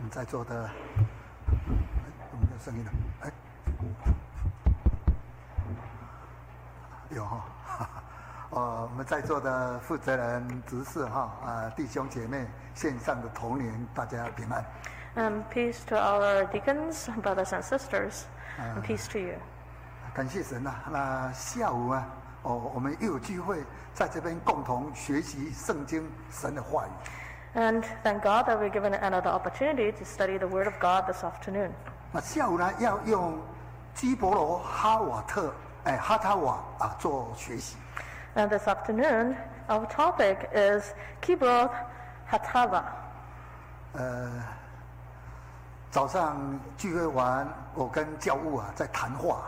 们在座的，哎，有没有声音的？哎，有哈、 哈哈呃，我们在座的负责人、执事哈，啊、弟兄姐妹，线上的同龄，大家平安。 And Um, peace to our deacons, brothers and sisters, and peace to you. 感谢神呐、啊那下午啊，哦，我们又有机会在这边共同学习圣经神的话语。 And thank God that we're given another opportunity to study the Word of God this afternoon. 那下午呢，要用基伯罗哈瓦特，哎，哈塔瓦啊做学习。 And this afternoon, our topic is Kibroth Hatava. 早上聚会完，我跟教务啊在谈话，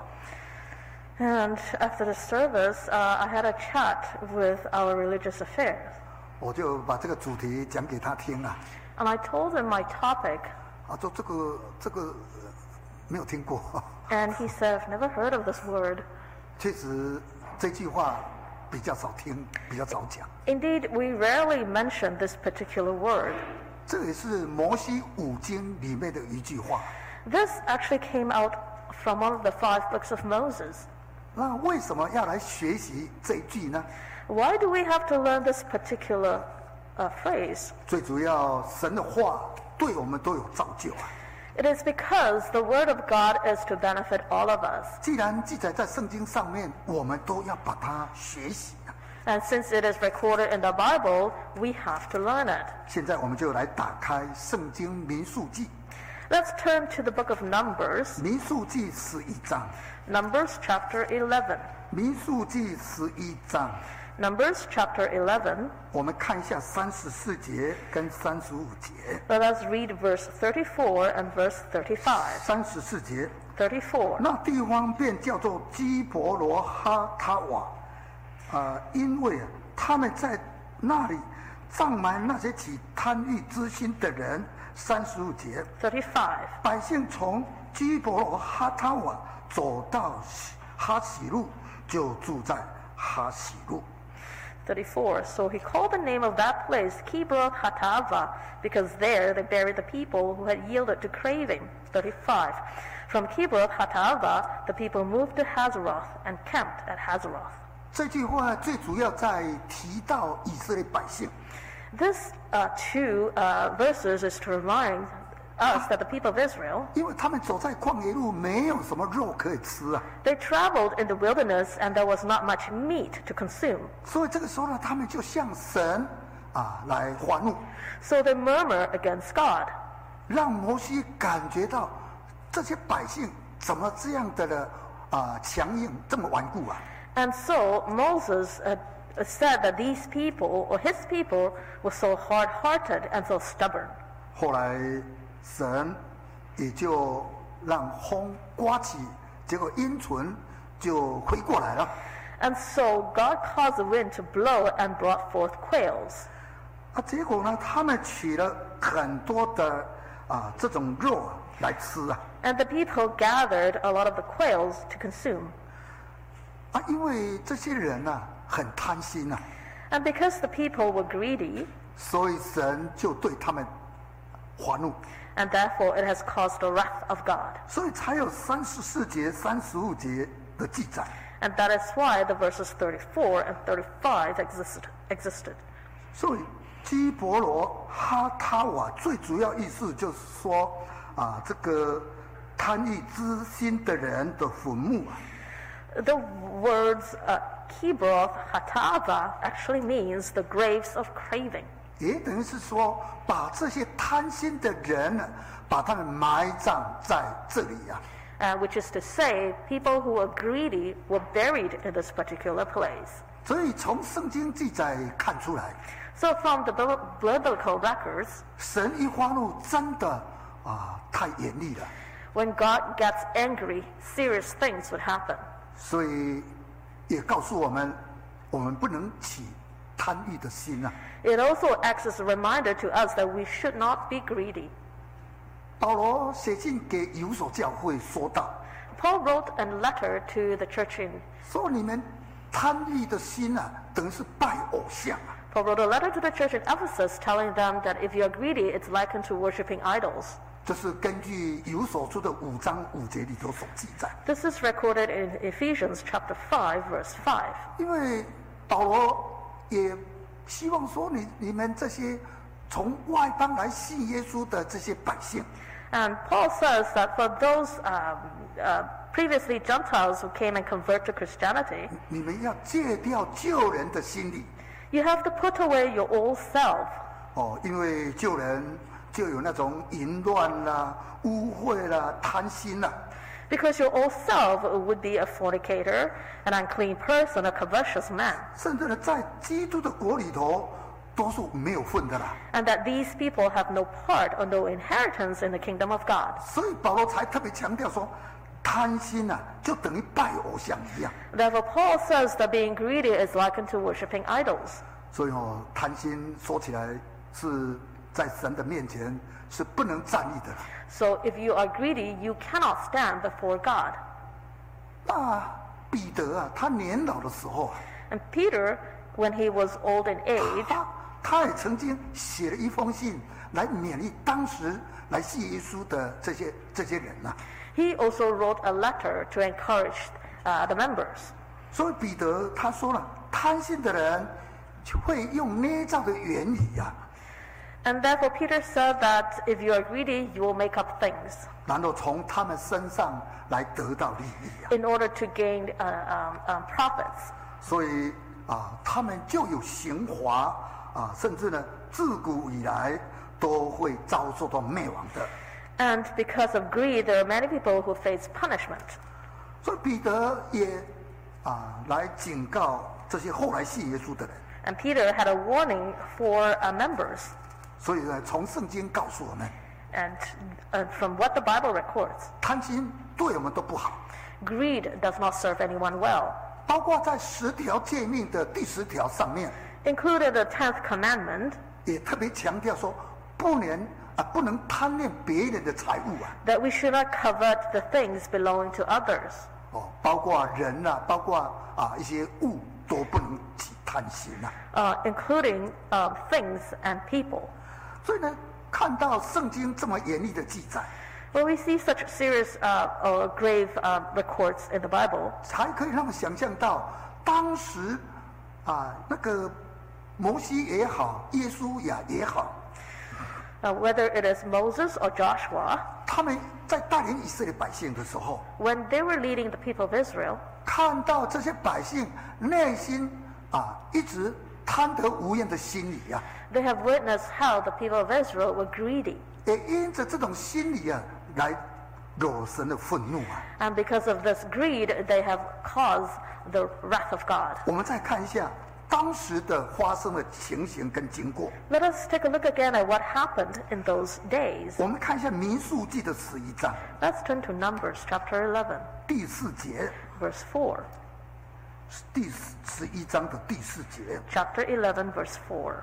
And after the service, uh, I had a chat with our religious affairs. 我就把这个主题讲给他听啊， And I told him my topic, 啊，说这个这个呃没有听过， and he said, I've never heard of this word. 确实这句话比较少听，比较少讲。 Indeed, we rarely mention this particular word. 这也是摩西五经里面的一句话。 This actually came out from one of the five books of Moses. 那为什么要来学习这一句呢？ Why do we have to learn this particular uh, phrase? 最主要，神的话对我们都有造就啊。 It is because the Word of God is to benefit all of us. 既然记载在圣经上面，我们都要把它学习啊。 And since it is recorded in the Bible, we have to learn it. 现在我们就来打开《圣经民数记 Let's turn to the book of》，Numbers, 民数记十一章， Numbers chapter 11. 民数记十一章， Numbers chapter 11. 我们看一下三十四节跟三十五节。 Let us read verse 34 and verse 35. 三十四节， 34. 那地方便叫做基伯罗哈塔瓦，啊、因为啊他们在那里葬埋那些起贪欲之心的人。三十五节， 35. 百姓从基伯罗哈塔瓦走到喜哈喜路，就住在哈喜路。 34. So he called the name of that place Kibroth Hatava, because there they buried the people who had yielded to craving. 35. From Kibroth Hatava, the people moved to Hazeroth and camped at Hazeroth. 这句话最主要在提到以色列百姓， This uh, two uh, verses is to remind us that the people of Israel, 因为他们走在旷野路，没有什么肉可以吃啊， they traveled in the wilderness and there was not much meat to consume. 所以这个时候呢，他们就向神啊来发怒， So they murmur against God. 让摩西感觉到这些百姓怎么这样的呢啊强硬这么顽固啊。 And so Moses uh, said that these people, or his people, were so hard hearted and so stubborn. 后来神也就让风刮起，结果阴唇就飞过来了。 And so God caused the wind to blow and brought forth quails. 啊，结果呢，他们取了很多的啊这种肉啊来吃啊 And the people gathered a lot of the quails to consume. 啊，因为这些人呢、很贪心呐、啊 And because the people were greedy, 所以神就对他们发怒， and therefore it has caused the wrath of God. 所以才有三十四节、三十五节的记载。 And that is why the verses 34 and 35 existed. existed. 所以基伯罗哈塔瓦最主要意思就是说啊，这个贪欲之心的人的坟墓啊， The words uh, Kibroth Hatava actually means the graves of craving. 也等于是说把这些贪心的人呢，把他们埋葬在这里啊。 Uh, which is to say, people who were greedy were buried in this particular place. 所以从圣经记载看出来， So, from the bibl- biblical records, 神一发怒真的啊太严厉了， when God gets angry, serious things would happen. 所以也告诉我们，我们不能起贪欲的心啊。 It also acts as a reminder to us that we should not be greedy. 保罗写信给有所教会说道 Paul wrote a letter to the church in：“ 说你们贪欲的心啊，等于是拜偶像啊， Paul wrote a letter to the church in Ephesus telling them that if you are greedy, it's likened to worshiping idols. 这是根据有所书的五章五节里头所记载。 This is recorded in Ephesians chapter 5, verse 5. 因为保罗也希望说你你们这些从外邦来信耶稣的这些百姓， And Um, Paul says that for those um, uh, previously Gentiles who came and convert to Christianity, 你们要戒掉救人的心理 you have to put away your old self 哦，因为救人就有那种淫乱啦、污秽啦、贪心啦、 Because your old self would be a fornicator, an unclean person, a covetous man, 甚至呢在基督的国里头都是没有份的啦。 and that these people have no part or no inheritance in the kingdom of God. 所以保罗才特别强调说，贪心啊就等于拜偶像一样。 Therefore, Paul says that being greedy is likened to worshiping idols. 所以哦，贪心说起来是在神的面前是不能站立的。 So, if you are greedy, you cannot stand before God. 那彼得啊，他年老的时候啊， And Peter, when he was old in age, 他他也曾经写了一封信来勉励当时来信耶稣的这些这些人啊呐、 he also wrote a letter to encourage uh, the members. 所以彼得他说了，贪心的人会用捏造的原理啊， And therefore, Peter said that if you are greedy, you will make up things. 然后从他们身上来得到利益啊。 in order to gain uh, um, um, profits. 所以啊，他们就有刑罚啊，甚至呢，自古以来都会遭受到灭亡的。 And because of greed, there are many people who face punishment. 所以彼得也啊来警告这些后来信耶稣的人。 And Peter had a warning for uh, members, 所以呢，从圣经告诉我们， and uh, from what the Bible records, 贪心对我们都不好。 greed does not serve anyone well. 包括在十条诫命的第十条上面， Included the tenth commandment 也特别强调说，不能啊不能贪恋别人的财物啊， that we should not covet the things belonging to others, 哦，包括人呐、包括啊一些物都不能去贪心啊呐、 uh, including uh, things and people. 所以呢，看到圣经这么严厉的记载， When we see such serious uh, or grave uh, records in the Bible, 才可以让我想象到当时啊，那个摩西也好，耶稣呀也好， Uh, whether it is Moses or Joshua, 他们在带领以色列百姓的时候， when they were leading the people of Israel, 看到这些百姓内心啊一直贪得无厌的心理啊呀、 they have witnessed how the people of Israel were greedy. 也因着这种心理啊，来惹神的愤怒啊。 And because of this greed, they have caused the wrath of God. 我们再看一下当时的发生的情形跟经过， Let us take a look again at what happened in those days. 我们看一下《民数记》的十一章 Let's turn to Numbers chapter 11, 第四节， verse 4. 第十一章的第四节， Chapter 11, verse 4.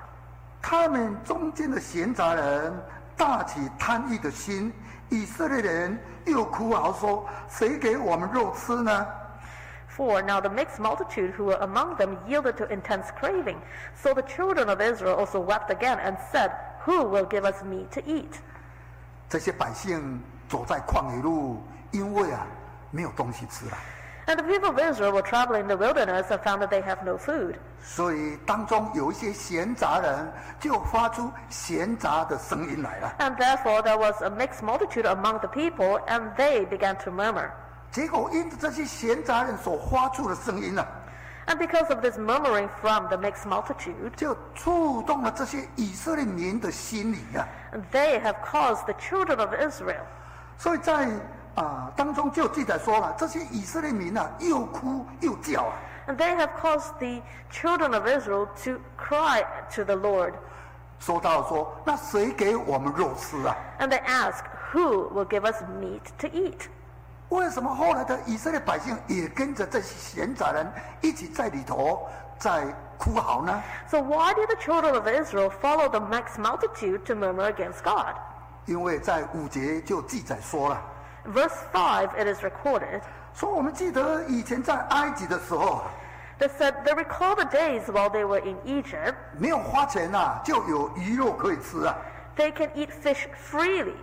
他们中间的闲杂人大起贪欲的心，以色列人又哭嚎说：“谁给我们肉吃呢？” For now the mixed multitude who were among them yielded to intense craving. So the children of Israel also wept again and said, Who will give us meat to eat? 这些百姓走在旷野路，因为啊没有东西吃了， And the people of Israel were traveling in the wilderness and found that they have no food. 所以当中有一些闲杂人就发出闲杂的声音来啊了。 And therefore there was a mixed multitude among the people, and they began to murmur. 结果因着这些闲杂人所发出的声音呢、啊， And because of this murmuring from the mixed multitude, 就触动了这些以色列民的心里啊。 they have caused the children of Israel. 所以在啊、当中就记载说了，这些以色列民啊，又哭又叫啊， And they have caused the children of Israel to cry to the Lord. 说到说，那谁给我们肉吃啊？ And they ask, Who will give us meat to eat? 为什么后来的以色列百姓也跟着这些闲杂人一起在里头在哭嚎呢？ So why did the children of Israel follow the mixed multitude to murmur against God? 因为在五节就记载说了， Verse 5, it is recorded 说我们记得以前在埃及的时候， They said they recall the days while they were in Egypt. 没有花钱啊，就有鱼肉可以吃啊， They can eat fish freely,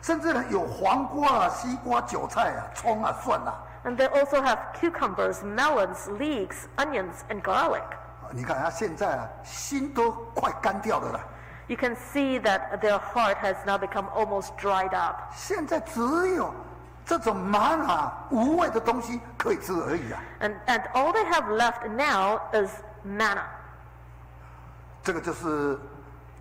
甚至呢有黄瓜啊、西瓜、韭菜啊、葱啊、蒜啊。 and they also have cucumbers, melons, leeks, onions, and garlic. 你看他现在啊，心都快干掉了啦。 You can see that their heart has now become almost dried up. 现在只有这种麻辣无味的东西可以吃而已啊。 And, and all they have left now is manna. 这个就是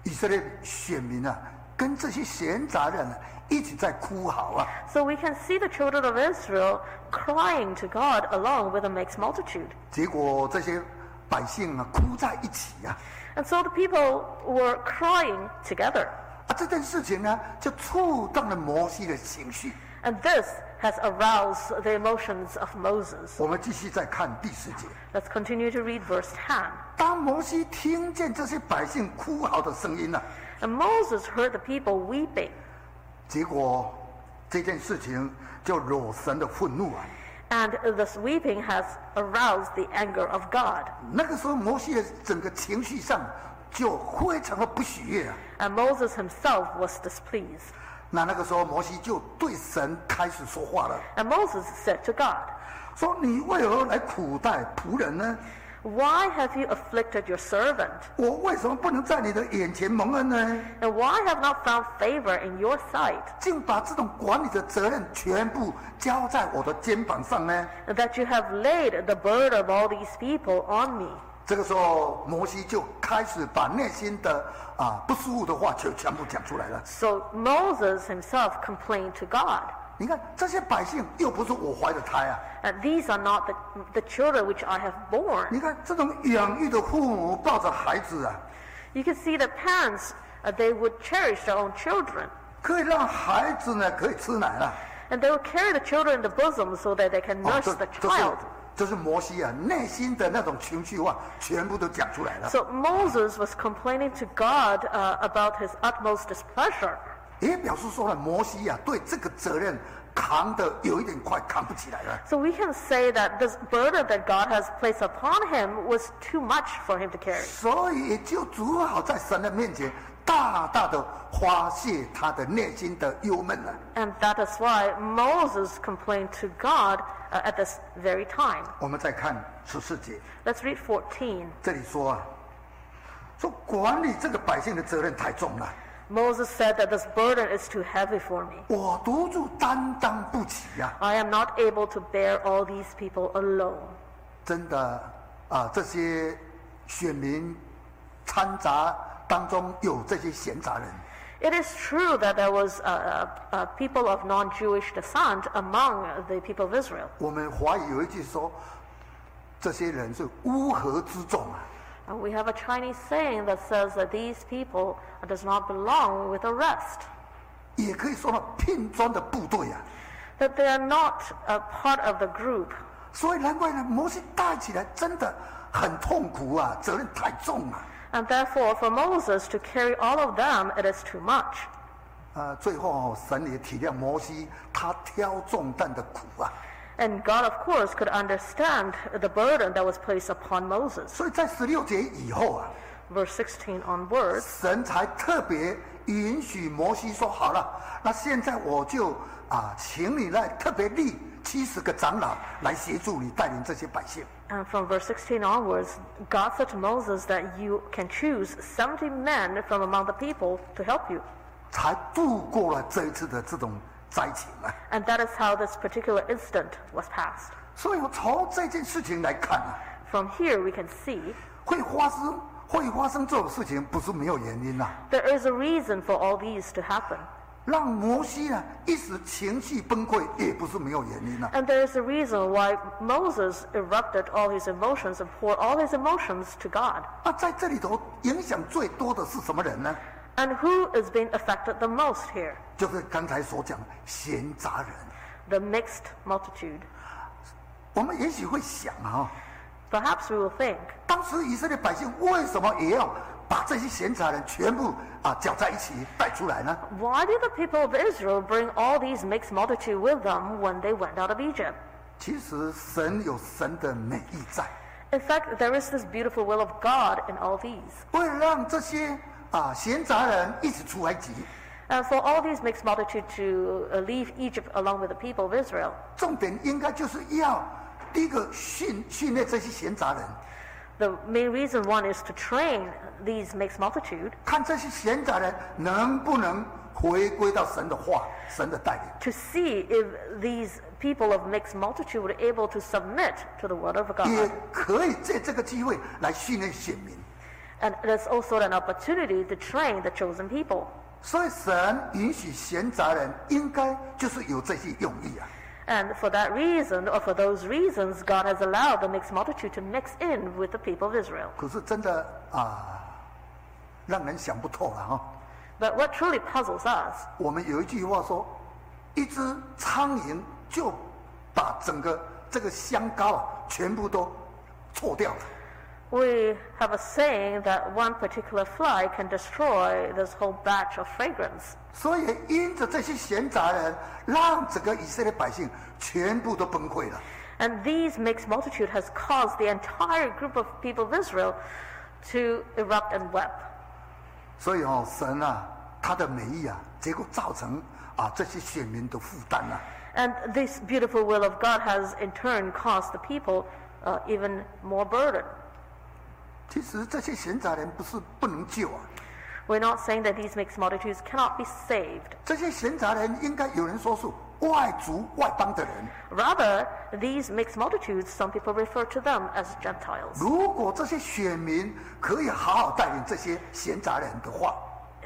以色列选民啊，跟这些闲杂人、啊、一起在哭嚎啊。 So we can see the children of Israel crying to God along with a mixed multitude. 结果这些百姓啊，哭在一起啊。 And so the people were crying together. 啊，这件事情呢，就触动了摩西的情绪。 And this has aroused the emotions of Moses. 我们继续再看第十节。 Let's continue to read verse 10. 当摩西听见这些百姓哭嚎的声音呢、 And Moses heard the people weeping, 结果这件事情就惹神的愤怒啊。 and this weeping has aroused the anger of God. 那个时候，摩西的整个情绪上就非常的不喜悦啊。 And Moses himself was displeased. 那那个时候，摩西就对神开始说话了， And Moses said to God, 说：“你为何来苦待仆人呢？ Why have you afflicted your servant? 我为什么不能在你的眼前蒙恩呢？ And why have not found favor in your sight, 竟把这种管理的责任全部交在我的肩膀上呢？” that you have laid the burden of all these people on me? 这个时候，摩西就开始把内心的啊不舒服的话就全部讲出来了。 So Moses himself complained to God. 你看这些百姓又不是我怀的胎啊！ And these are not the, the children which I have borne. 你看这种养育的父母抱着孩子啊， You can see that parents, uh, they would cherish their own children. 可以让孩子呢可以吃奶了。 And they would carry the children in the bosom so that they can 哦这 nurse the 这是 child. 这是摩西啊内心的那种情绪化全部都讲出来了。 So Moses was complaining to God uh, about his utmost displeasure. 也表示说了，摩西啊对这个责任扛的有一点快扛不起来了。 So we can say that this burden that God has placed upon him was too much for him to carry. 所以也就只好在神的面前大大的发泄他的内心的忧闷了。 And that is why Moses complained to God uh, at this very time. 我们再看十四节， Let's read 14. 这里说啊，说管理这个百姓的责任太重了， Moses said that this burden is too heavy for me. 我独自担当不起呀、 I am not able to bear all these people alone. 真的啊，这些选民掺杂当中有这些闲杂人， It is true that there was uh, uh, uh, people of non-Jewish descent among the people of Israel. 我们华语有一句说，这些人是乌合之众啊。 And we have a Chinese saying that says that these people does not belong with the rest, 也可以说呢，聘专的部队啊， that they are not a part of the group. 所以难怪呢，摩西带起来真的很痛苦啊，责任太重啊。 And therefore, for Moses to carry all of them, it is too much. 呃，最后哦、神也体谅摩西，他挑重担的苦啊。 And God, of course, could understand the burden that was placed upon Moses. 所以在十六节以后啊， Verse 16 onwards. 神才特别允许摩西说：“好了，那现在我就啊，请你来特别立七十个长老来协助你带领这些百姓。 And from verse 16 onwards, God said to Moses that you can choose 70 men from among the people to help you. ”才度过了这一次的这种灾情啊。 And that is how this particular incident was passed. 所以从这件事情来看啊， From here, we can see 会发生会发生这种事情，不是没有原因呐、 there is a reason for all these to happen. 让摩西呢一时情绪崩溃，也不是没有原因呐、 And there is a reason why Moses erupted all his emotions and poured all his emotions to God. 那啊在这里头影响最多的是什么人呢？ And who is being affected the most here? 就是刚才所讲的闲杂人。 The mixed multitude. 我们也许会想啊， Perhaps we will think, 当时以色列百姓为什么也要把这些闲杂人全部啊搅在一起带出来呢？ Why did the people of Israel bring all these mixed multitude with them when they went out of Egypt? 其实神有神的美意在， In fact, there is this beautiful will of God in all these. 为了让这些啊闲杂人一起出埃及， And for all these mixed multitude to uh, leave Egypt along with the people of Israel, 重点应该就是要第一个训训练这些闲杂人， the main reason one is to train these mixed multitude 看这些闲杂人能不能回归到神的话、神的带领。 to see if these people of mixed multitude were able to submit to the word of God. 也可以借这个机会来训练选民。 And there's also an opportunity to train the chosen people. 所以神允许闲杂人，应该就是有这些用意啊。 And for that reason, or for those reasons, God has allowed the mixed multitude to mix in with the people of Israel. 可是真的啊，让人想不透了哈、 But what truly puzzles us 我们有一句话说，一只苍蝇就把整个这个香膏啊，全部都错掉了。 We have a saying that one particular fly can destroy this whole batch of fragrance. 所以因着这些闲杂人，让整个以色列百姓全部都崩溃了。 And these mixed multitude has caused the entire group of people of Israel to erupt and weep. 所以哦，神啊，他的美意啊，结果造成啊这些选民的负担啊。 And this beautiful will of God has in turn caused the people uh, even more burden. 其实这些闲杂人不是不能救啊， We're not saying that these mixed multitudes cannot be saved. 这些闲杂人应该有人说是外族外邦的人。 Rather, these mixed multitudes, some people refer to them as Gentiles. 如果这些选民可以好好带领这些闲杂人的话，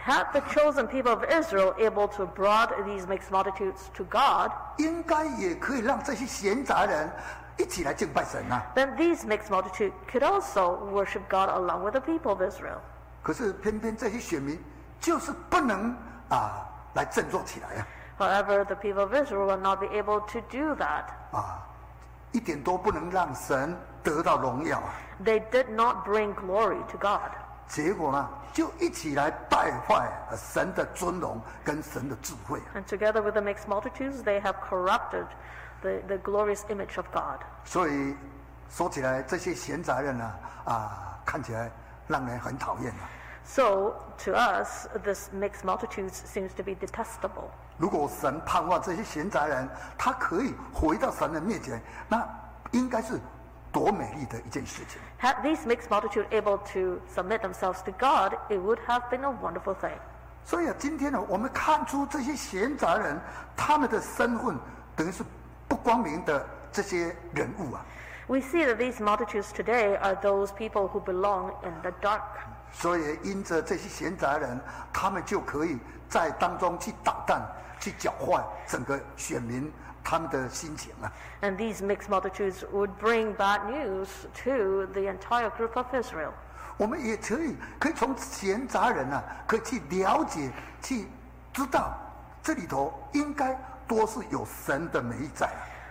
Had the chosen people of Israel able to brought these mixed multitudes to God, 应该也可以让这些闲杂人一起来敬拜神啊。 then these mixed multitude could also worship God along with the people of Israel. 可是偏偏这些选民就是不能啊来振作起来啊 However, the people of Israel will not be able to do that. 啊，一点都不能让神得到荣耀啊。 They did not bring glory to God. 结果呢，就一起来败坏呃神的尊荣跟神的智慧啊。 And together with the mixed multitudes, they have corrupted the, the glorious image of God. 所以说起来，这些闲杂人呢、啊，看起来让人很讨厌啊。 So, to us, this mixed multitudes seems to be detestable. 如果神盼望这些闲杂人，他可以回到神的面前，那应该是多美丽的一件事情。 Had these mixed multitude able to submit themselves to God, it would have been a wonderful thing. 所以啊，今天呢，我们看出这些闲杂人他们的身份，等于是不光明的这些人物啊。 We see that these multitudes today are those people who belong in the dark. 所以因着这些闲杂人，他们就可以在当中去捣蛋、去搅坏整个选民他们的心情啊。 And these mixed multitudes would bring bad news to the entire group of Israel. 我们也可以可以从闲杂人啊，可以去了解、去知道这里头应该多是有神的美意在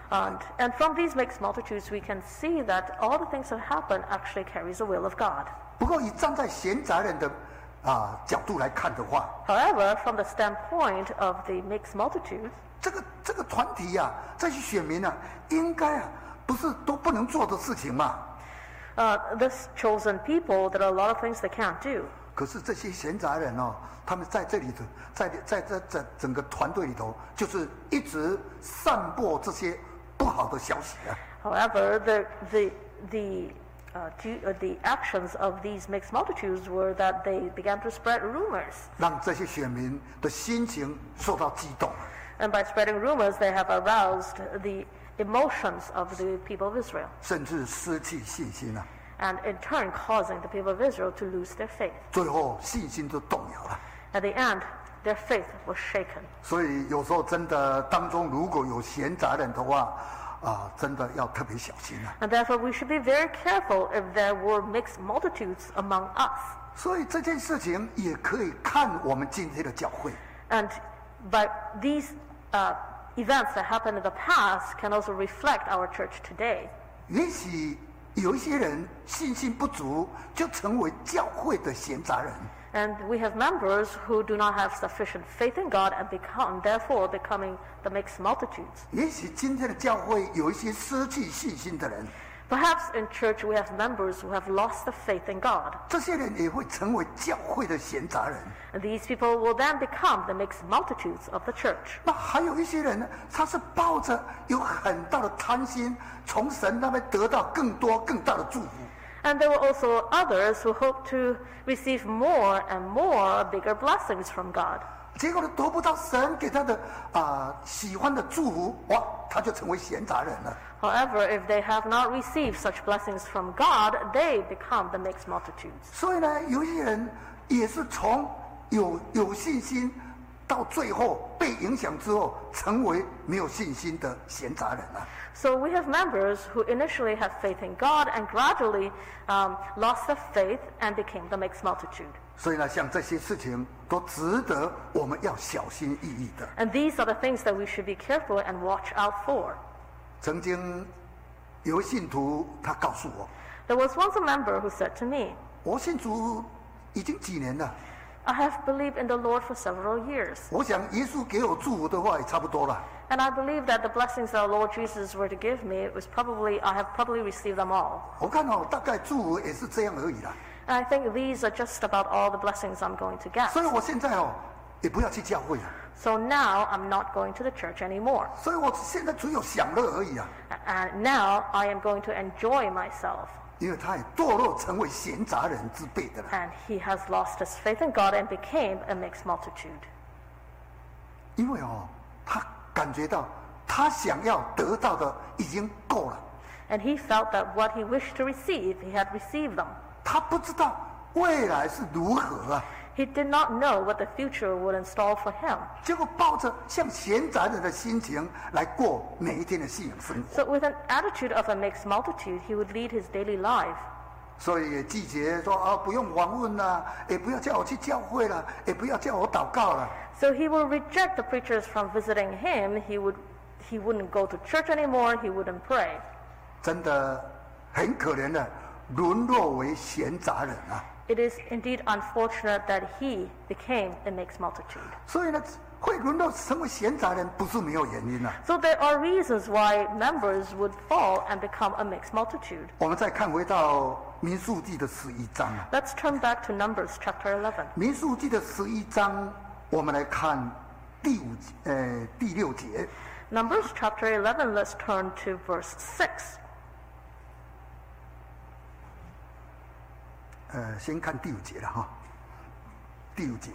啊。 And, and from these mixed multitudes, we can see that all the things that happen actually carries the will of God. 不过，以站在闲杂人的啊角度来看的话， However, from the standpoint of the mixed multitudes, 这个这个团体呀、这些选民啊，应该啊不是都不能做的事情嘛。 uh, this chosen people, there are a lot of things they can't do. 可是这些闲杂人哦，他们在这里头，在在这整整个团队里头，就是一直散播这些不好的消息啊。 However, the, the, the, uh, do, uh, the actions of these mixed multitudes were that they began to spread rumors. 让这些选民的心情受到激动。啊 And by spreading rumors, they have aroused the emotions of the people of Israel, 甚至失去信心了、啊 and in turn causing the people of Israel to lose their faith. 最后信心就动摇了。 At the end, their faith was shaken. 所以有时候真的当中如果有闲杂人的话，啊，真的要特别小心了、啊 And therefore, we should be very careful if there were mixed multitudes among us. 所以这件事情也可以看我们今天的教会， And by these uh, events that happened in the past can also reflect our church today. 也许有一些人信心不足，就成为教会的闲杂人。 And we have members who do not have sufficient faith in God and become, therefore, becoming the mixed multitudes. 也许今天的教会有一些失去信心的人， Perhaps in church we have members who have lost the faith in God. 这些人也会成为教会的闲杂人。 And these people will then become the mixed multitudes of the church. 那还有一些人呢，他是抱着有很大的贪心，从神那边得到更多更大的祝福。 And there were also others who hoped to receive more and more bigger blessings from God. 结果呢，得不到神给他的啊、喜欢的祝福，哇，他就成为闲杂人了。 However, if they have not received such blessings from God, they become the mixed multitudes. 所以呢，有一些人也是从有有信心到最后被影响之后，成为没有信心的闲杂人啊。 So we have members who initially had faith in God and gradually um, lost their faith and became the mixed multitude. 所以呢，像这些事情都值得我们要小心翼翼的。 And these are the things that we should be careful and watch out for. 曾经有位信徒他告诉我， There was once a member who said to me, 我信主已经几年了， I have believed in the Lord for several years, 我想耶稣给我祝福的话也差不多了。 and I believe that the blessings that our Lord Jesus were to give me was probably I have probably received them all. 我看哦，大概祝福也是这样而已啦。 And I think these are just about all the blessings I'm going to get. 所以我现在哦，也不要去教会了。 So now I'm not going to the church anymore. 所以我现在只有享乐而已啊， A- And now I am going to enjoy myself. 因为他也堕落成为闲杂人之辈的了。 And he has lost his faith in God and became a mixed multitude. 因为哦，他感觉到他想要得到的已经够了， And he felt that what he wished to receive, he had received them. 他不知道未来是如何啊。 He did not know what the future would install for him. 结果抱着像闲杂人的心情来过每一天的信仰生活， So, with an attitude of a mixed multitude, he would lead his daily life. 所以也拒绝说啊，不用访问啦、也不要叫我去教会了，也不要叫我祷告了。 So, he will reject the preachers from visiting him. He, would, he wouldn't go to church anymore. He wouldn't pray. 真的很可怜的，沦落为闲杂人啊！ It is indeed unfortunate that he became a mixed multitude. 所以呢，会沦落成为闲杂人，不是没有原因的、啊 So, there are reasons why members would fall and become a mixed multitude. 我们再看回到民数记的十一章啊， Let's turn back to Numbers chapter 11. 民数记的十一章，我们来看第五节呃第六节， Numbers chapter 11, let's turn to verse 6. 呃，先看第五节了哈。第五节，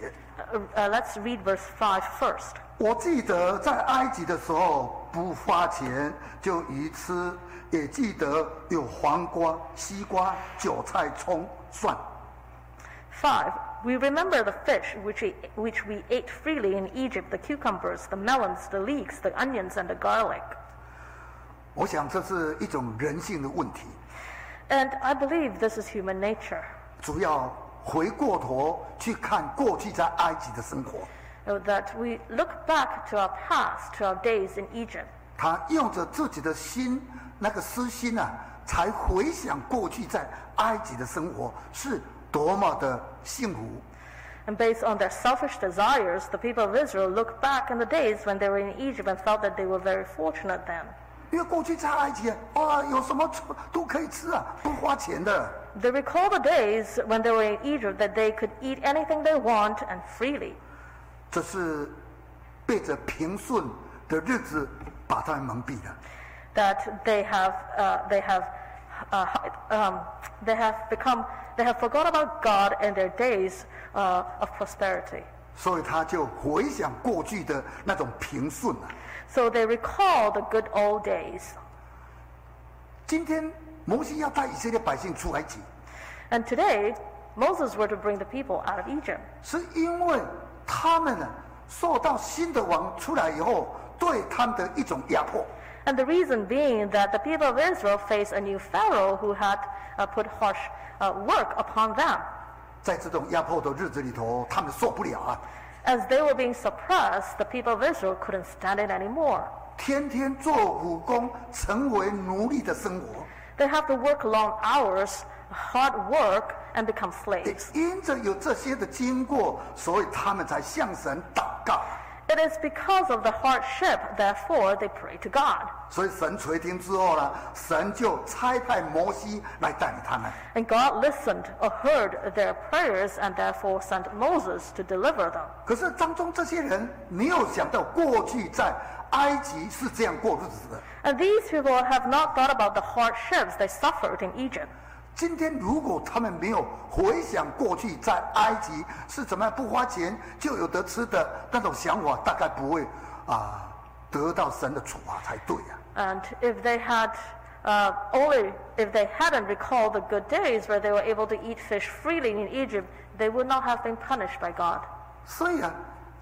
Uh, uh, let's read verse 5 first. 我记得在埃及的时候不花钱就鱼吃，也记得有黄瓜、西瓜、韭菜、葱、蒜。 5. We remember the fish which we, which we ate freely in Egypt the cucumbers, the melons, the leeks, the onions, and the garlic. 我想这是一种人性的问题， And I believe this is human nature. 主要回过头去看过去在埃及的生活， uh, That we look back to our past, to our days in Egypt, 他用着自己的心那个私心啊，才回想过去在埃及的生活是多么的幸福。 and based on their selfish desires, the people of Israel look back in the days when they were in Egypt and felt that they were very fortunate then. 因为过去在埃及啊，哇，有什么都可以吃啊，不花钱的。 They recall the days when they were in Egypt that they could eat anything they want and freely. 这是背着平顺的日子把他们蒙蔽了。 that they have uh, they have uh, um, they have become they have forgot about God and their days uh, of prosperity. 所以他就回想过去的那种平顺啊。 So they recall the good old days. 今天摩西要带以色列百姓出埃及， And today, Moses were to bring the people out of Egypt 是因为他们呢受到新的王出来以后对他们的一种压迫， And the reason being that the people of Israel faced a new Pharaoh who had uh, put harsh uh, work upon them. 在这种压迫的日子里头，他们受不了啊， As they were being suppressed, the people of Israel couldn't stand it anymore. 天天做苦工，成为奴隶的生活， They have to work long hours, hard work, and become 也 slaves. 因着有这些的经过，所以他们才向神祷告。 It is because of the hardship, therefore, they pray to God. 所以神垂听之后呢，神就差派摩西来带领他们。 And God listened or heard their prayers and therefore sent Moses to deliver them. 可是当中这些人没有想到，过去在埃及是这样过日子的。 And these people have not thought about the hardships they suffered in Egypt. 今天如果他们没有回想过去在埃及是怎么样不花钱就有得吃的那种想法，大概不会啊、得到神的处罚才对啊。 And if they had uh, only if they hadn't recalled the good days where they were able to eat fish freely in Egypt, they would not have been punished by God. 所以啊，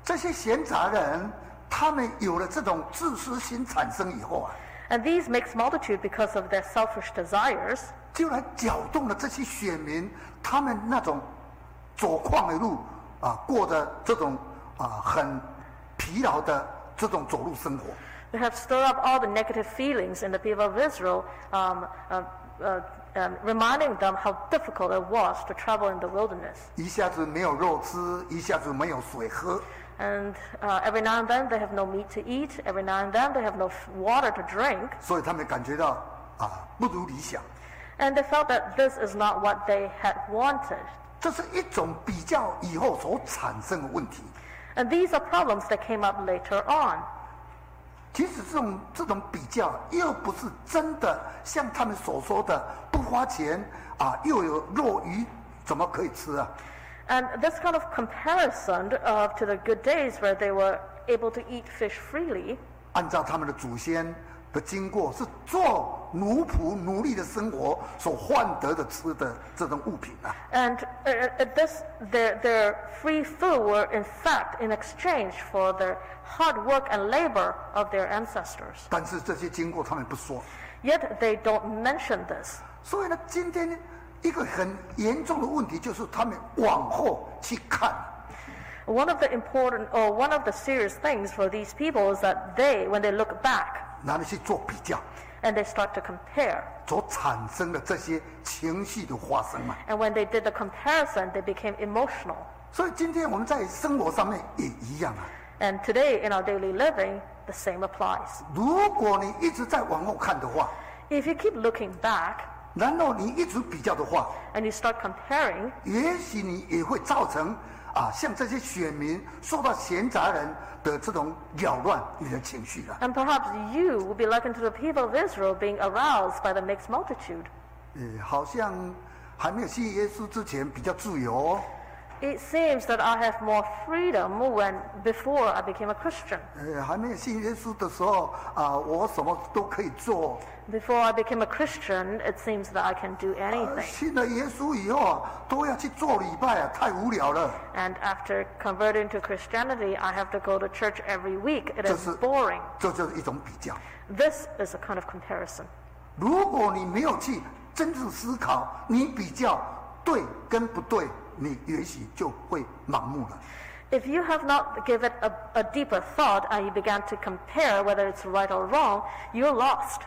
这些闲杂人，他们有了这种自私心产生以后啊， And these mixed multitude, because of their selfish desires, 就来搅动了这些选民他们那种走旷的路啊，过着这种啊很疲劳的这种走路生活。 they have stirred up all the negative feelings in the people of Israel, um, uh, uh, um, reminding them how difficult it was to travel in the wilderness. 一下子没有肉吃，一下子没有水喝， And uh, every now and then they have no meat to eat, every now and then they have no f- water to drink, 所以他们感觉到啊不如理想。 and they felt that this is not what they had wanted. 这是一种比较以后所产生的问题。 And these are problems that came up later on. 其实这种这种比较，又不是真的像他们所说的不花钱啊，又有肉鱼，怎么可以吃啊？ And this kind of comparison uh, to the good days where they were able to eat fish freely 按照他们的祖先的经过，是做奴仆奴隶的生活所换得的吃的这种物品啊。 And uh, uh, this, their, their free food were in fact in exchange for the hard work and labor of their ancestors. 但是这些经过他们不说， Yet they don't mention this. 所以呢，今天一个很严重的问题就是他们往后去看， One of the important or one of the serious things for these people is that they, when they look back 然后去做比较， and they start to compare, 所产生的这些情绪的发生啊。 and when they did the comparison, they became emotional. 所以今天我们在生活上面也一样啊。 And today in our daily living, the same applies. 如果你一直在往后看的话， If you keep looking back 然后你一直比较的话， and you start comparing, 也许你也会造成啊，像这些选民受到闲杂人的这种扰乱你的情绪啊。 And perhaps you will be likened to the people of Israel being aroused by the mixed multitude. 呃，好像还没有信耶稣之前比较自由， It seems that I have more freedom when before I became a Christian. 呃，还没有信耶稣的时候啊，我什么都可以做。 Before I became a Christian, it seems that I can do 呃 anything. 信了耶稣以后啊，都要去做礼拜啊，太无聊了。 And after converting to Christianity, I have to go to church every week. It is Does it- boring. 这就是一种比较。 This is a kind of comparison. 如果你没有去真正思考，你比较对跟不对，你也许就会盲目了。 If you have not given a, a deeper thought and you began to compare whether it's right or wrong, you're lost.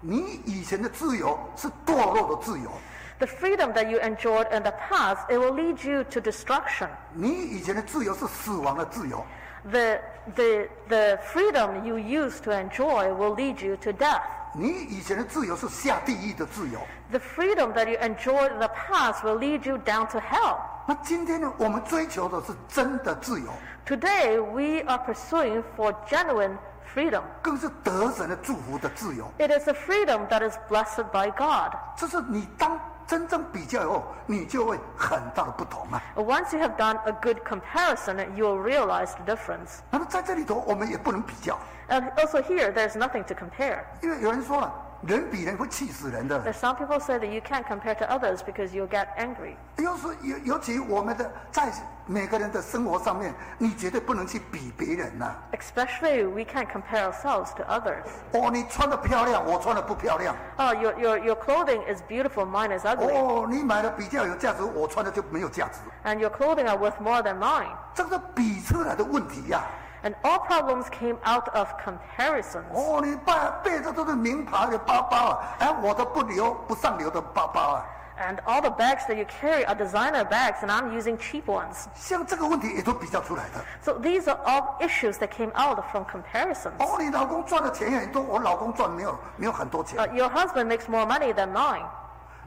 你以前的自由是堕落的自由， The freedom that you enjoyed in the past, it will lead you to destruction. 你以前的自由是死亡的自由。 The, the, the freedom you used to enjoy will lead you to death. 你以前的自由是下地狱的自由。 The freedom that you enjoyed in the past will lead you down to hell. 那今天呢，我们追求的是真的自由， Today, we are pursuing for genuine freedom. 更是得神的祝福的自由。 It is a freedom that is blessed by God. 这是你当真正比较以后，你就会很大的不同啊。 Once you have done a good comparison, you will realize the difference. 那么在这里头，我们也不能比较， And also here, there's nothing to compare. 因为有人说了，人比人会气死人的。 There's some people say that you can't compare to others because you'll get angry. 尤是尤尤其我们的在每个人的生活上面，你绝对不能去比别人呐、 Especially, we can't compare ourselves to others. 哦，你穿的漂亮，我穿的不漂亮。 Oh, your, your, your clothing is beautiful, mine is ugly. 哦，你买的比较有价值，我穿的就没有价值。 And your clothing are worth more than mine. 这个是比出来的问题呀、 And all problems came out of comparisons. 哦，你背背的都是名牌的包包啊，哎，我的不留不上流的包包啊。 And all the bags that you carry are designer bags, and I'm using cheap ones. 像这个问题也都比较出来的。 So these are all issues that came out from comparisons. 哦，你老公赚的钱也很多，我老公赚没有没有很多钱， Uh, your husband makes more money than mine.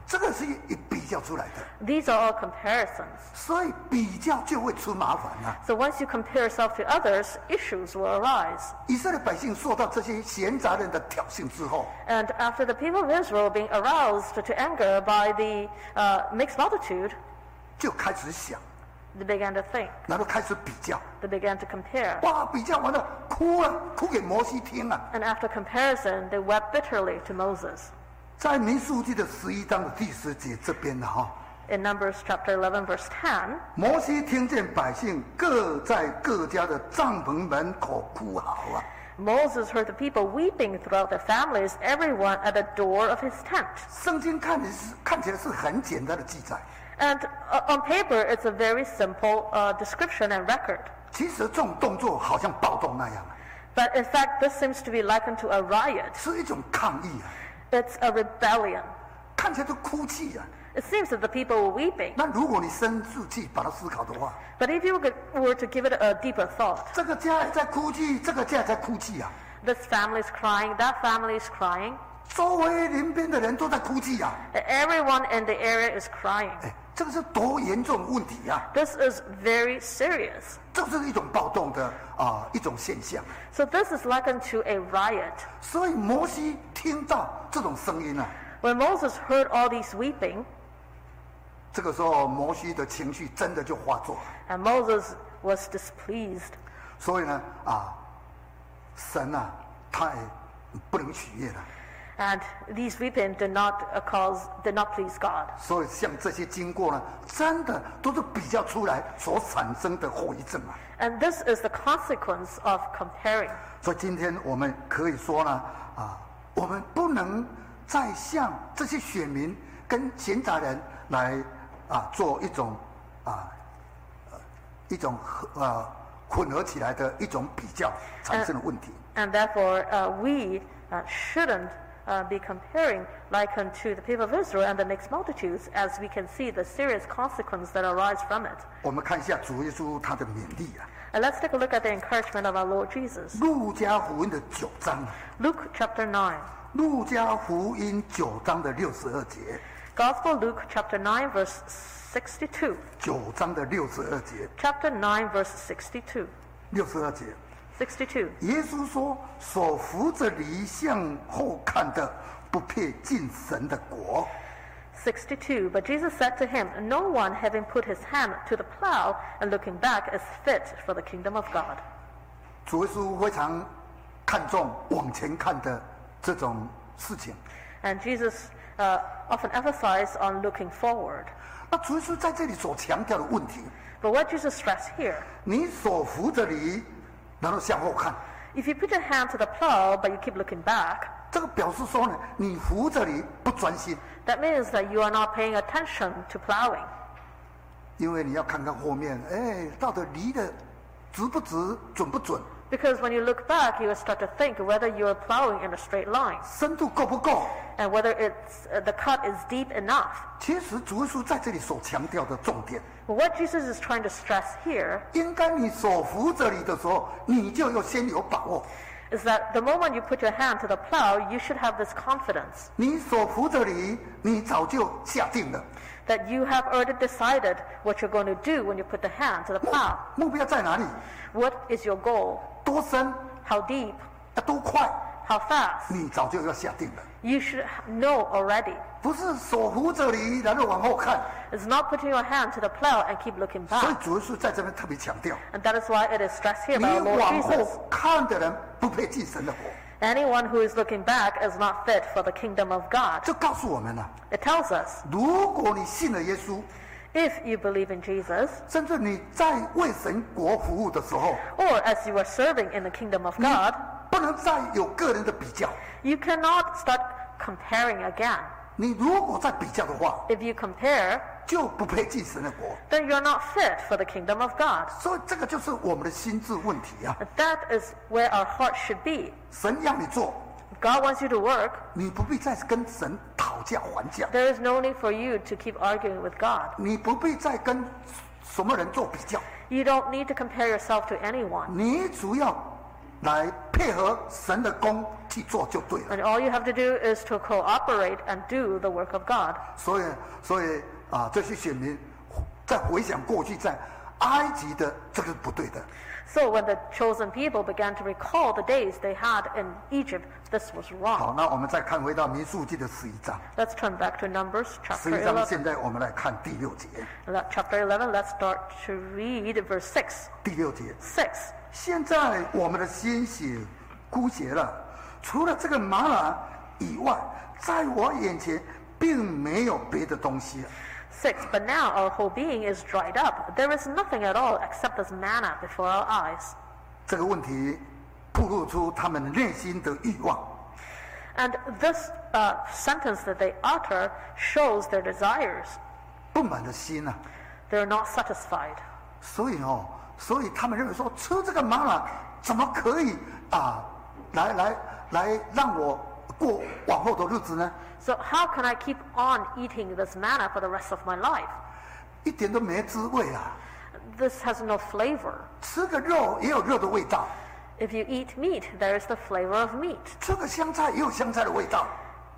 这个是一一比较出来的， These are all comparisons. 所以比较就会出麻烦啊。 So once you compare yourself to others, issues will arise. 以色列百姓受到这些闲杂人的挑衅之后， And after the people of Israel being aroused to anger by the uh, mixed multitude, 就开始想， they began to think. 然后开始比较， They began to compare. 哇，比较完了哭啊，哭给摩西听啊。 And after comparison, they wept bitterly to Moses. 在民数记的十一章的第十节这边呢，啊哈， In Numbers chapter 11, verse 10, 摩西听见百姓各在各家的帐篷门口哭嚎啊， Moses heard the people weeping throughout their families, everyone at the door of his tent. 圣经看起是看起来是很简单的记载， And uh, on paper, it's a very simple uh, description and record. 其实这种动作好像暴动那样，啊 But in fact, this seems to be likened to a riot. 是一种抗议啊， It's a rebellion. 看起来都哭泣啊。 It seems that the people were weeping. 那如果你深入去把它思考的话， But if you were to give it a deeper thought, 这个家也在哭泣，这个家也在哭泣啊， this family is crying, that family is crying, e-, 周围邻边的人都在哭泣啊， everyone in the area is crying. 哎，这个是多严重的问题啊！ This is very serious. 这是一种暴动的啊、一种现象。 So this is likened to a riot. 所以摩西听到这种声音啊， When Moses heard all these weeping, 这个时候摩西的情绪真的就发作了。 and Moses was displeased. 所以呢，啊，神啊，他也不能取悦了。 And these weeping did not uh, cause, did not please God. 所以像这些经过呢，真的都是比较出来所产生的后遗症啊。 And this is the consequence of comparing. 所以今天我们可以说呢，啊，我们不能再向这些选民跟闲杂人来啊做一种啊呃一种合呃混合起来的一种比较产生的问题。 And therefore, uh, we uh, shouldn't uh, be comparing likened to the people of Israel and the mixed multitudes, as we can see the serious consequence that arise from it. 我们看一下主耶稣他的勉励啊， And let's take a look at the encouragement of our Lord Jesus. 《路加福音》的九章啊， Luke chapter 9. 《路加福音》九章的六十二节， Gospel Luke chapter 9, verse 62. 九章的六十二节， Chapter 9, verse 62. 六十二节。 62. 耶稣说：“所扶着犁向后看的，不配进神的国。 62. But Jesus said to him, No one having put his hand to the plow and looking back is fit for the kingdom of God. ”主耶稣非常看重往前看的这种事情。 And Jesus uh, often emphasized on looking forward. 那主耶稣在这里所强调的问题， But what Jesus stressed here, 你所扶着犁，然后向后看， if you put your hand to the plow but you keep looking back, 这个表示说呢，你扶着犁不专心， that means that you are not paying attention to plowing 因为你要看看后面，哎，到底犁的直不直，准不准， because when you look back, you will start to think whether you are plowing in a straight line 深度够不够。 and whether it's uh, the cut is deep enough. 其实主耶稣在这里所强调的重点。 But what Jesus is trying to stress here 应该你手扶着你的时候，你就要先有把握。 is that the moment you put your hand to the plow, you should have this confidence 你手扶着你，你早就下定了， that you have already decided what you're going to do when you put the hand to the plow. 目标在哪里， What is your goal? 多深， How deep? 啊多快， How fast? 你早就要下定了。 You should know already. 不是手扶着你，然后往后看。 It's not putting your hand to the plow and keep looking 所以 back. 主耶稣在这边特别强调， And that is why it is stressed here 你 by 往 our Lord Jesus. 后看的人不配进神的国。 Anyone who is looking back is not fit for the kingdom of God. 这告诉我们了、啊 It tells us 如果你信了耶稣， if you believe in Jesus, 甚至你在为神国服务的时候， or as you are serving in the kingdom of 你 God, 不能再有个人的比较。 you cannot start comparing again. 你如果再比较的话， If you compare, 就不配进神的国。 then you're not fit for the kingdom of God. 所以这个就是我们的心智问题啊！ That is where our heart should be. 神让你做， God wants you to work, 你不必再跟神讨价还价， There is no need for you to keep arguing with God. 你不必再跟什么人做比较， You don't need to compare yourself to anyone. 你主要来配合神的功去做就对了。 And all you have to do is to cooperate and do the work of God. 所以，所以啊，这些选民在回想过去在埃及的，这个是不对的。 So when the chosen people began to recall the days they had in Egypt, this was 好， wrong. 那我们再看回到民数记的十一章， Let's turn back to Numbers 十 chapter 一章 11. 现在我们来看第六节， Let- Chapter 11, let's start to read verse 6. 第六节， 6. 现在我们的鲜血枯竭了，除了这个玛瑙以外，在我眼前并没有别的东西。 6. But now our whole being is dried up. There is nothing at all except this manna before our eyes. 这个问题暴露出他们内心的欲望。 And this uh, sentence that they utter shows their desires. 不满的心呐、 They're not satisfied. 所以哦，所以他们认为说吃这个玛瑙怎么可以啊，来来来让我过往后的日子呢？ So how can I keep on eating this manna for the rest of my life? 一点都没滋味啊！ This has no flavor. 吃个肉也有肉的味道， If you eat meat, there is the flavor of meat. 吃个香菜也有香菜的味道，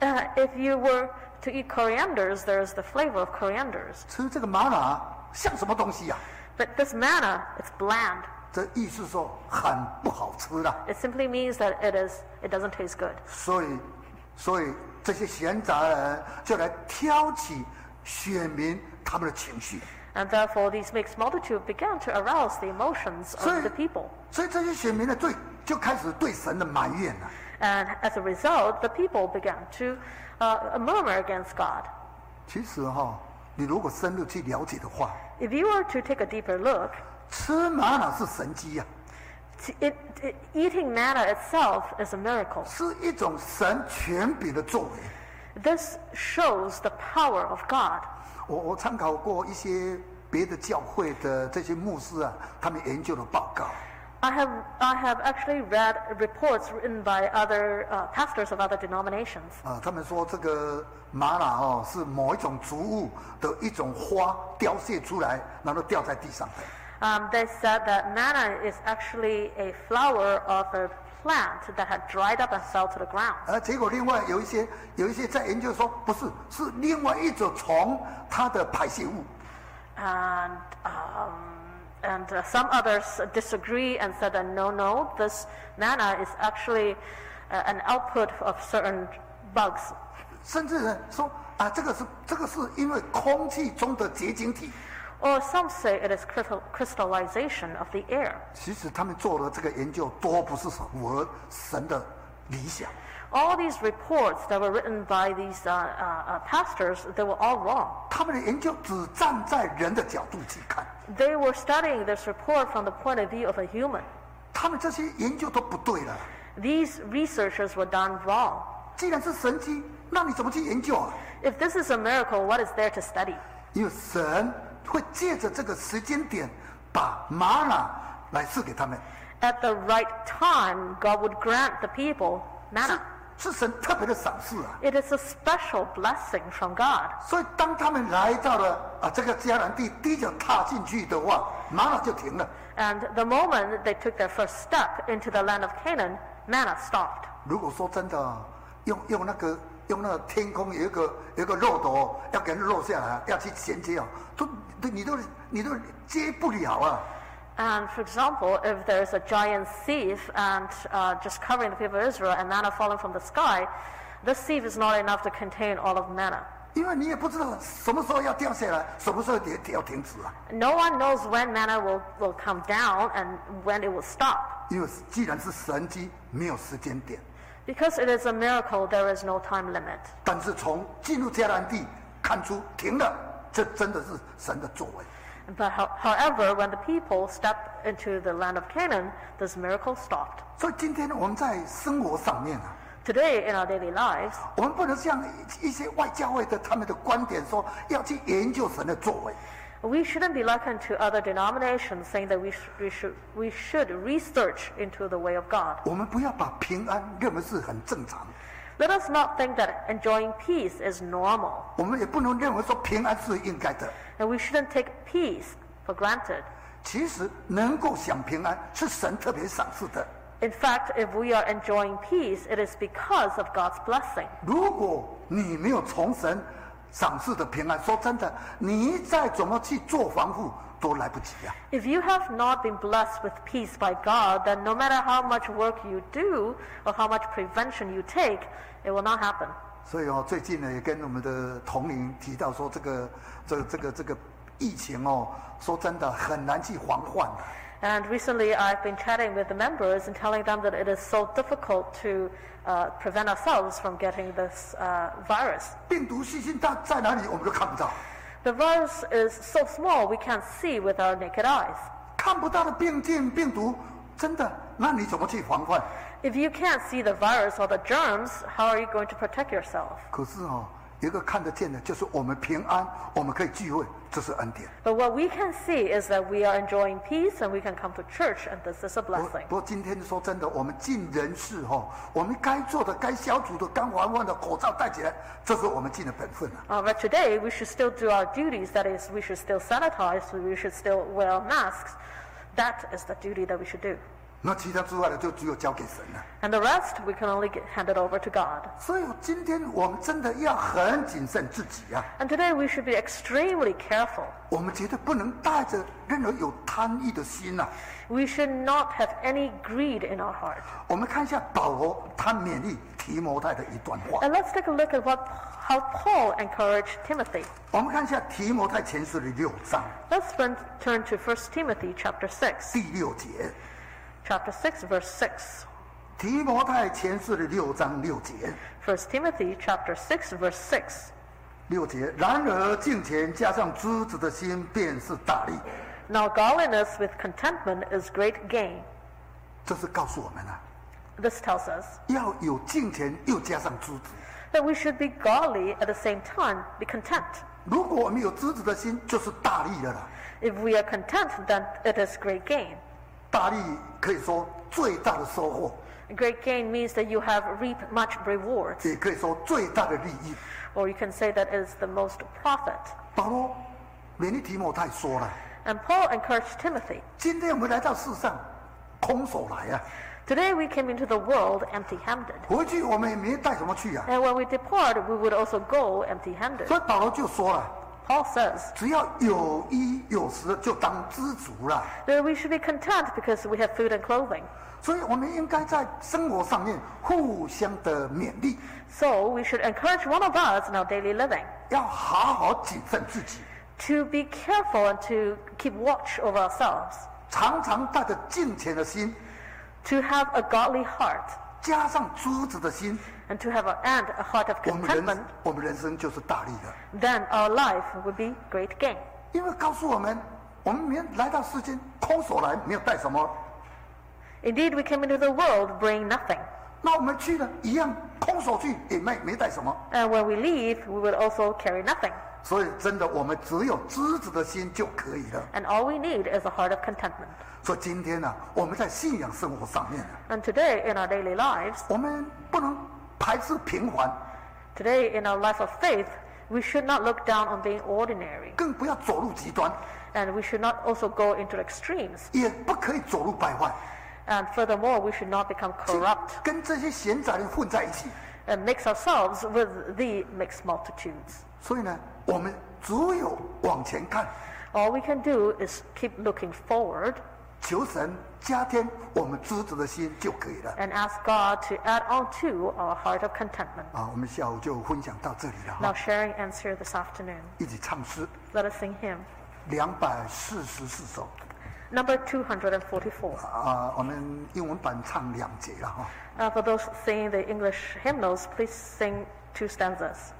Uh, if you were to eat corianders, there is the flavor of corianders. 吃这个玛瑙像什么东西呀、 But this manna, it's bland. 这意思说很不好吃啦。 It simply means that it is it doesn't taste good. 所以，所以这些闲杂人就来挑起选民他们的情绪。 And therefore these mixed multitude began to arouse the emotions So- of the people. 所以这些选民呢，对就开始对神的埋怨了。 And as a result, the people began to uh, murmur against God. 其实哈、你如果深入去了解的话， If you were to take a deeper look, 吃玛瑙是神机呀、 t- it, it, eating manna itself is a miracle. 是一种神权柄的作为。 This shows the power of God. 我我参考过一些别的教会的这些牧师啊，他们研究的报告， I have, I have actually read reports written by other uh, pastors of other denominations. 啊、他们说这个玛瑙哦是某一种植物的一种花凋谢出来，然后掉在地上的。 Um, they said that manna is actually a flower of a plant that had dried up and fell to the ground. 而结果另外有一些有一些在研究说，不是，是另外一种虫它的排泄物。 And, um, and uh, some others disagree and said that no, no, this manna is actually uh, an output of certain bugs 甚至呢说啊，这个是这个是因为空气中的结晶体。 Or some say it is crystal- crystallization of the air. 其实他们做了这个研究，多不是符合神的理想。 All these reports that were written by these uh, uh, uh, pastors, they were all wrong. 他们的研究只站在人的角度去看， They were studying this report from the point of view of a human. 他们这些研究都不对了。 These researchers were done wrong. 既然是神迹，那你怎么去研究啊？ If this is a miracle, what is there to study? 因为神会借着这个时间点，把玛娜来赐给他们， At the right time, God would grant the people 是 manna. 啊是神特别的赏赐啊。 It is a special blessing from God. 所以当他们来到了啊这个迦南地，第一脚踏进去的话，玛娜就停了。 And the moment they took their first step into the land of Canaan, manna stopped. 如果说真的，用用那个用那个天空有一个有一个漏斗哦，要给它漏下来，要去衔接啊，都都你都你都接不了啊。 And for example, if there's a giant sieve and uh, just covering the people of Israel and manna falling from the sky, this sieve is not enough to contain all of manna. 因为你也不知道什么时候要掉下来，什么时候也要停止啊。 No one knows when manna will, will come down and when it will stop. 因为既然是神机，没有时间点。 Because it is a miracle, there is no time limit. 但是从进入迦南地看出停了，这真的是神的作为。 But how however, when the people stepped into the land of Canaan, this miracle stopped. 所以今天我们在生活上面啊， Today, in our daily lives, 我们不能像一一些外教会的他们的观点说要去研究神的作为。 we shouldn't be likened to other denominations saying that we, sh- we, should, we should research into the way of God. 我们不要把平安认为是很正常， Let us not think that enjoying peace is normal, 我们也不能认为说平安是应该的。 and we shouldn't take peace for granted. 其实能够享平安是神特别赏赐的。 In fact, if we are enjoying peace, it is because of God's blessing. 如果你没有从神赏赐的平安，说真的，你再怎么去做防护都来不及啊呀、 If you have not been blessed with peace by God, then no matter how much work you do or how much prevention you take, it will not happen. 所以哦，最近呢也跟我们的同龄提到说，这个这个这个这个疫情哦，说真的很难去防患啊的。 And recently, I've been chatting with the members and telling them that it is so difficult to uh, prevent ourselves from getting this uh, virus. 病毒细菌它在哪里我们都看不到， The virus is so small we can't see with our naked eyes. 看不到的病菌病毒，真的，那你怎么去防范？ If you can't see the virus or the germs, how are you going to protect yourself? 可是哦，有一个看得见的，就是我们平安，我们可以聚会，这是恩典。 But what we can see is that we are enjoying peace and we can come to church, and this is a 不 blessing. 不过今天说真的，我们尽人事哈、哦，我们该做的、该消毒的、该防范的，口罩戴起来，这是我们尽的本分啊。 Uh, but today, we should still do our duties. That is, we should still sanitize, we should still wear masks. That is the duty that we should do. 那其他之外的，就只有交给神了。 And the rest, we can only get, hand it over to God. 所以今天我们真的要很谨慎自己啊， And today, we should be extremely careful. 我们绝对不能带着任何有贪欲的心啊呐、 We should not have any greed in our heart. 我们看一下保罗他勉励提摩太的一段话， And let's take a look at what, how Paul encouraged Timothy. 我们看一下提摩太前书的六章 Let's turn, turn to 1 Timothy chapter 6. 第六节， Chapter 6, verse 6. 提摩太前书的六章六节。 1 Timothy chapter 6 verse 6. 六节，然而敬虔加上知子的心，便是大利。 Now godliness with contentment is great gain. 这是告诉我们啊， This tells us 要有敬虔，又加上知子。 that we should be godly at the same time be content. 如果我们有知子的心，就是大利了啦。 If we are content, then it is great gain. 大利可以说最大的收获， Great gain means that you have reaped much reward, 也可以说最大的利益。 or you can say that it is the most profit. 保罗勉励提摩太说了， And Paul encouraged Timothy. 今天我们来到世上，空手来啊， Today we came into the world empty-handed, 回去我们也没带什么去啊。 and when we depart, we would also go empty-handed. 所以保罗就说了， Paul says 只要有衣有食，就当知足了。 that we should be content because we have food and clothing. 所以我们应该在生活上面互相的勉励， So we should encourage one of us in our daily living 要好好谨慎自己， to be careful and to keep watch over ourselves, 常常带着敬虔的心， to have a godly heart, 加上知子的心， and to have a, and a heart of 我们 contentment, 人我们人生就是大利的。 then our life would be great gain. 因为告诉我们，我们没来到世间空手来，没有带什么， Indeed, we came into the world bringing nothing, 那我们去了一样空手去，也没没带什么。 and when we leave, we will also carry nothing. 所以真的，我们只有知子的心就可以了。 And all we need is a heart of contentment. 所以今天呢、我们在信仰生活上面呢、 And today, in our daily lives, 我们不能排斥平凡， today in our life of faith, we should not look down on being ordinary, 更不要走入极端。 and we should not also go into extremes. 也不可以走入败坏， And furthermore, we should not become corrupt 跟这些闲杂人混在一起。 and mix ourselves with the mixed multitudes. 所以呢，我们只有往前看， All we can do is keep looking forward 求神加添我们知足的心就可以了。 and ask God to add on to our heart of contentment. 啊，我们下午就分享到这里了 Now, 哈， sharing ends here this afternoon. 一起唱诗 Let us sing hymn 两百四十四首 number 244. 啊，我们英文版唱两节了哈。 Uh, for those singing the English hymnals, please sing two stanzas.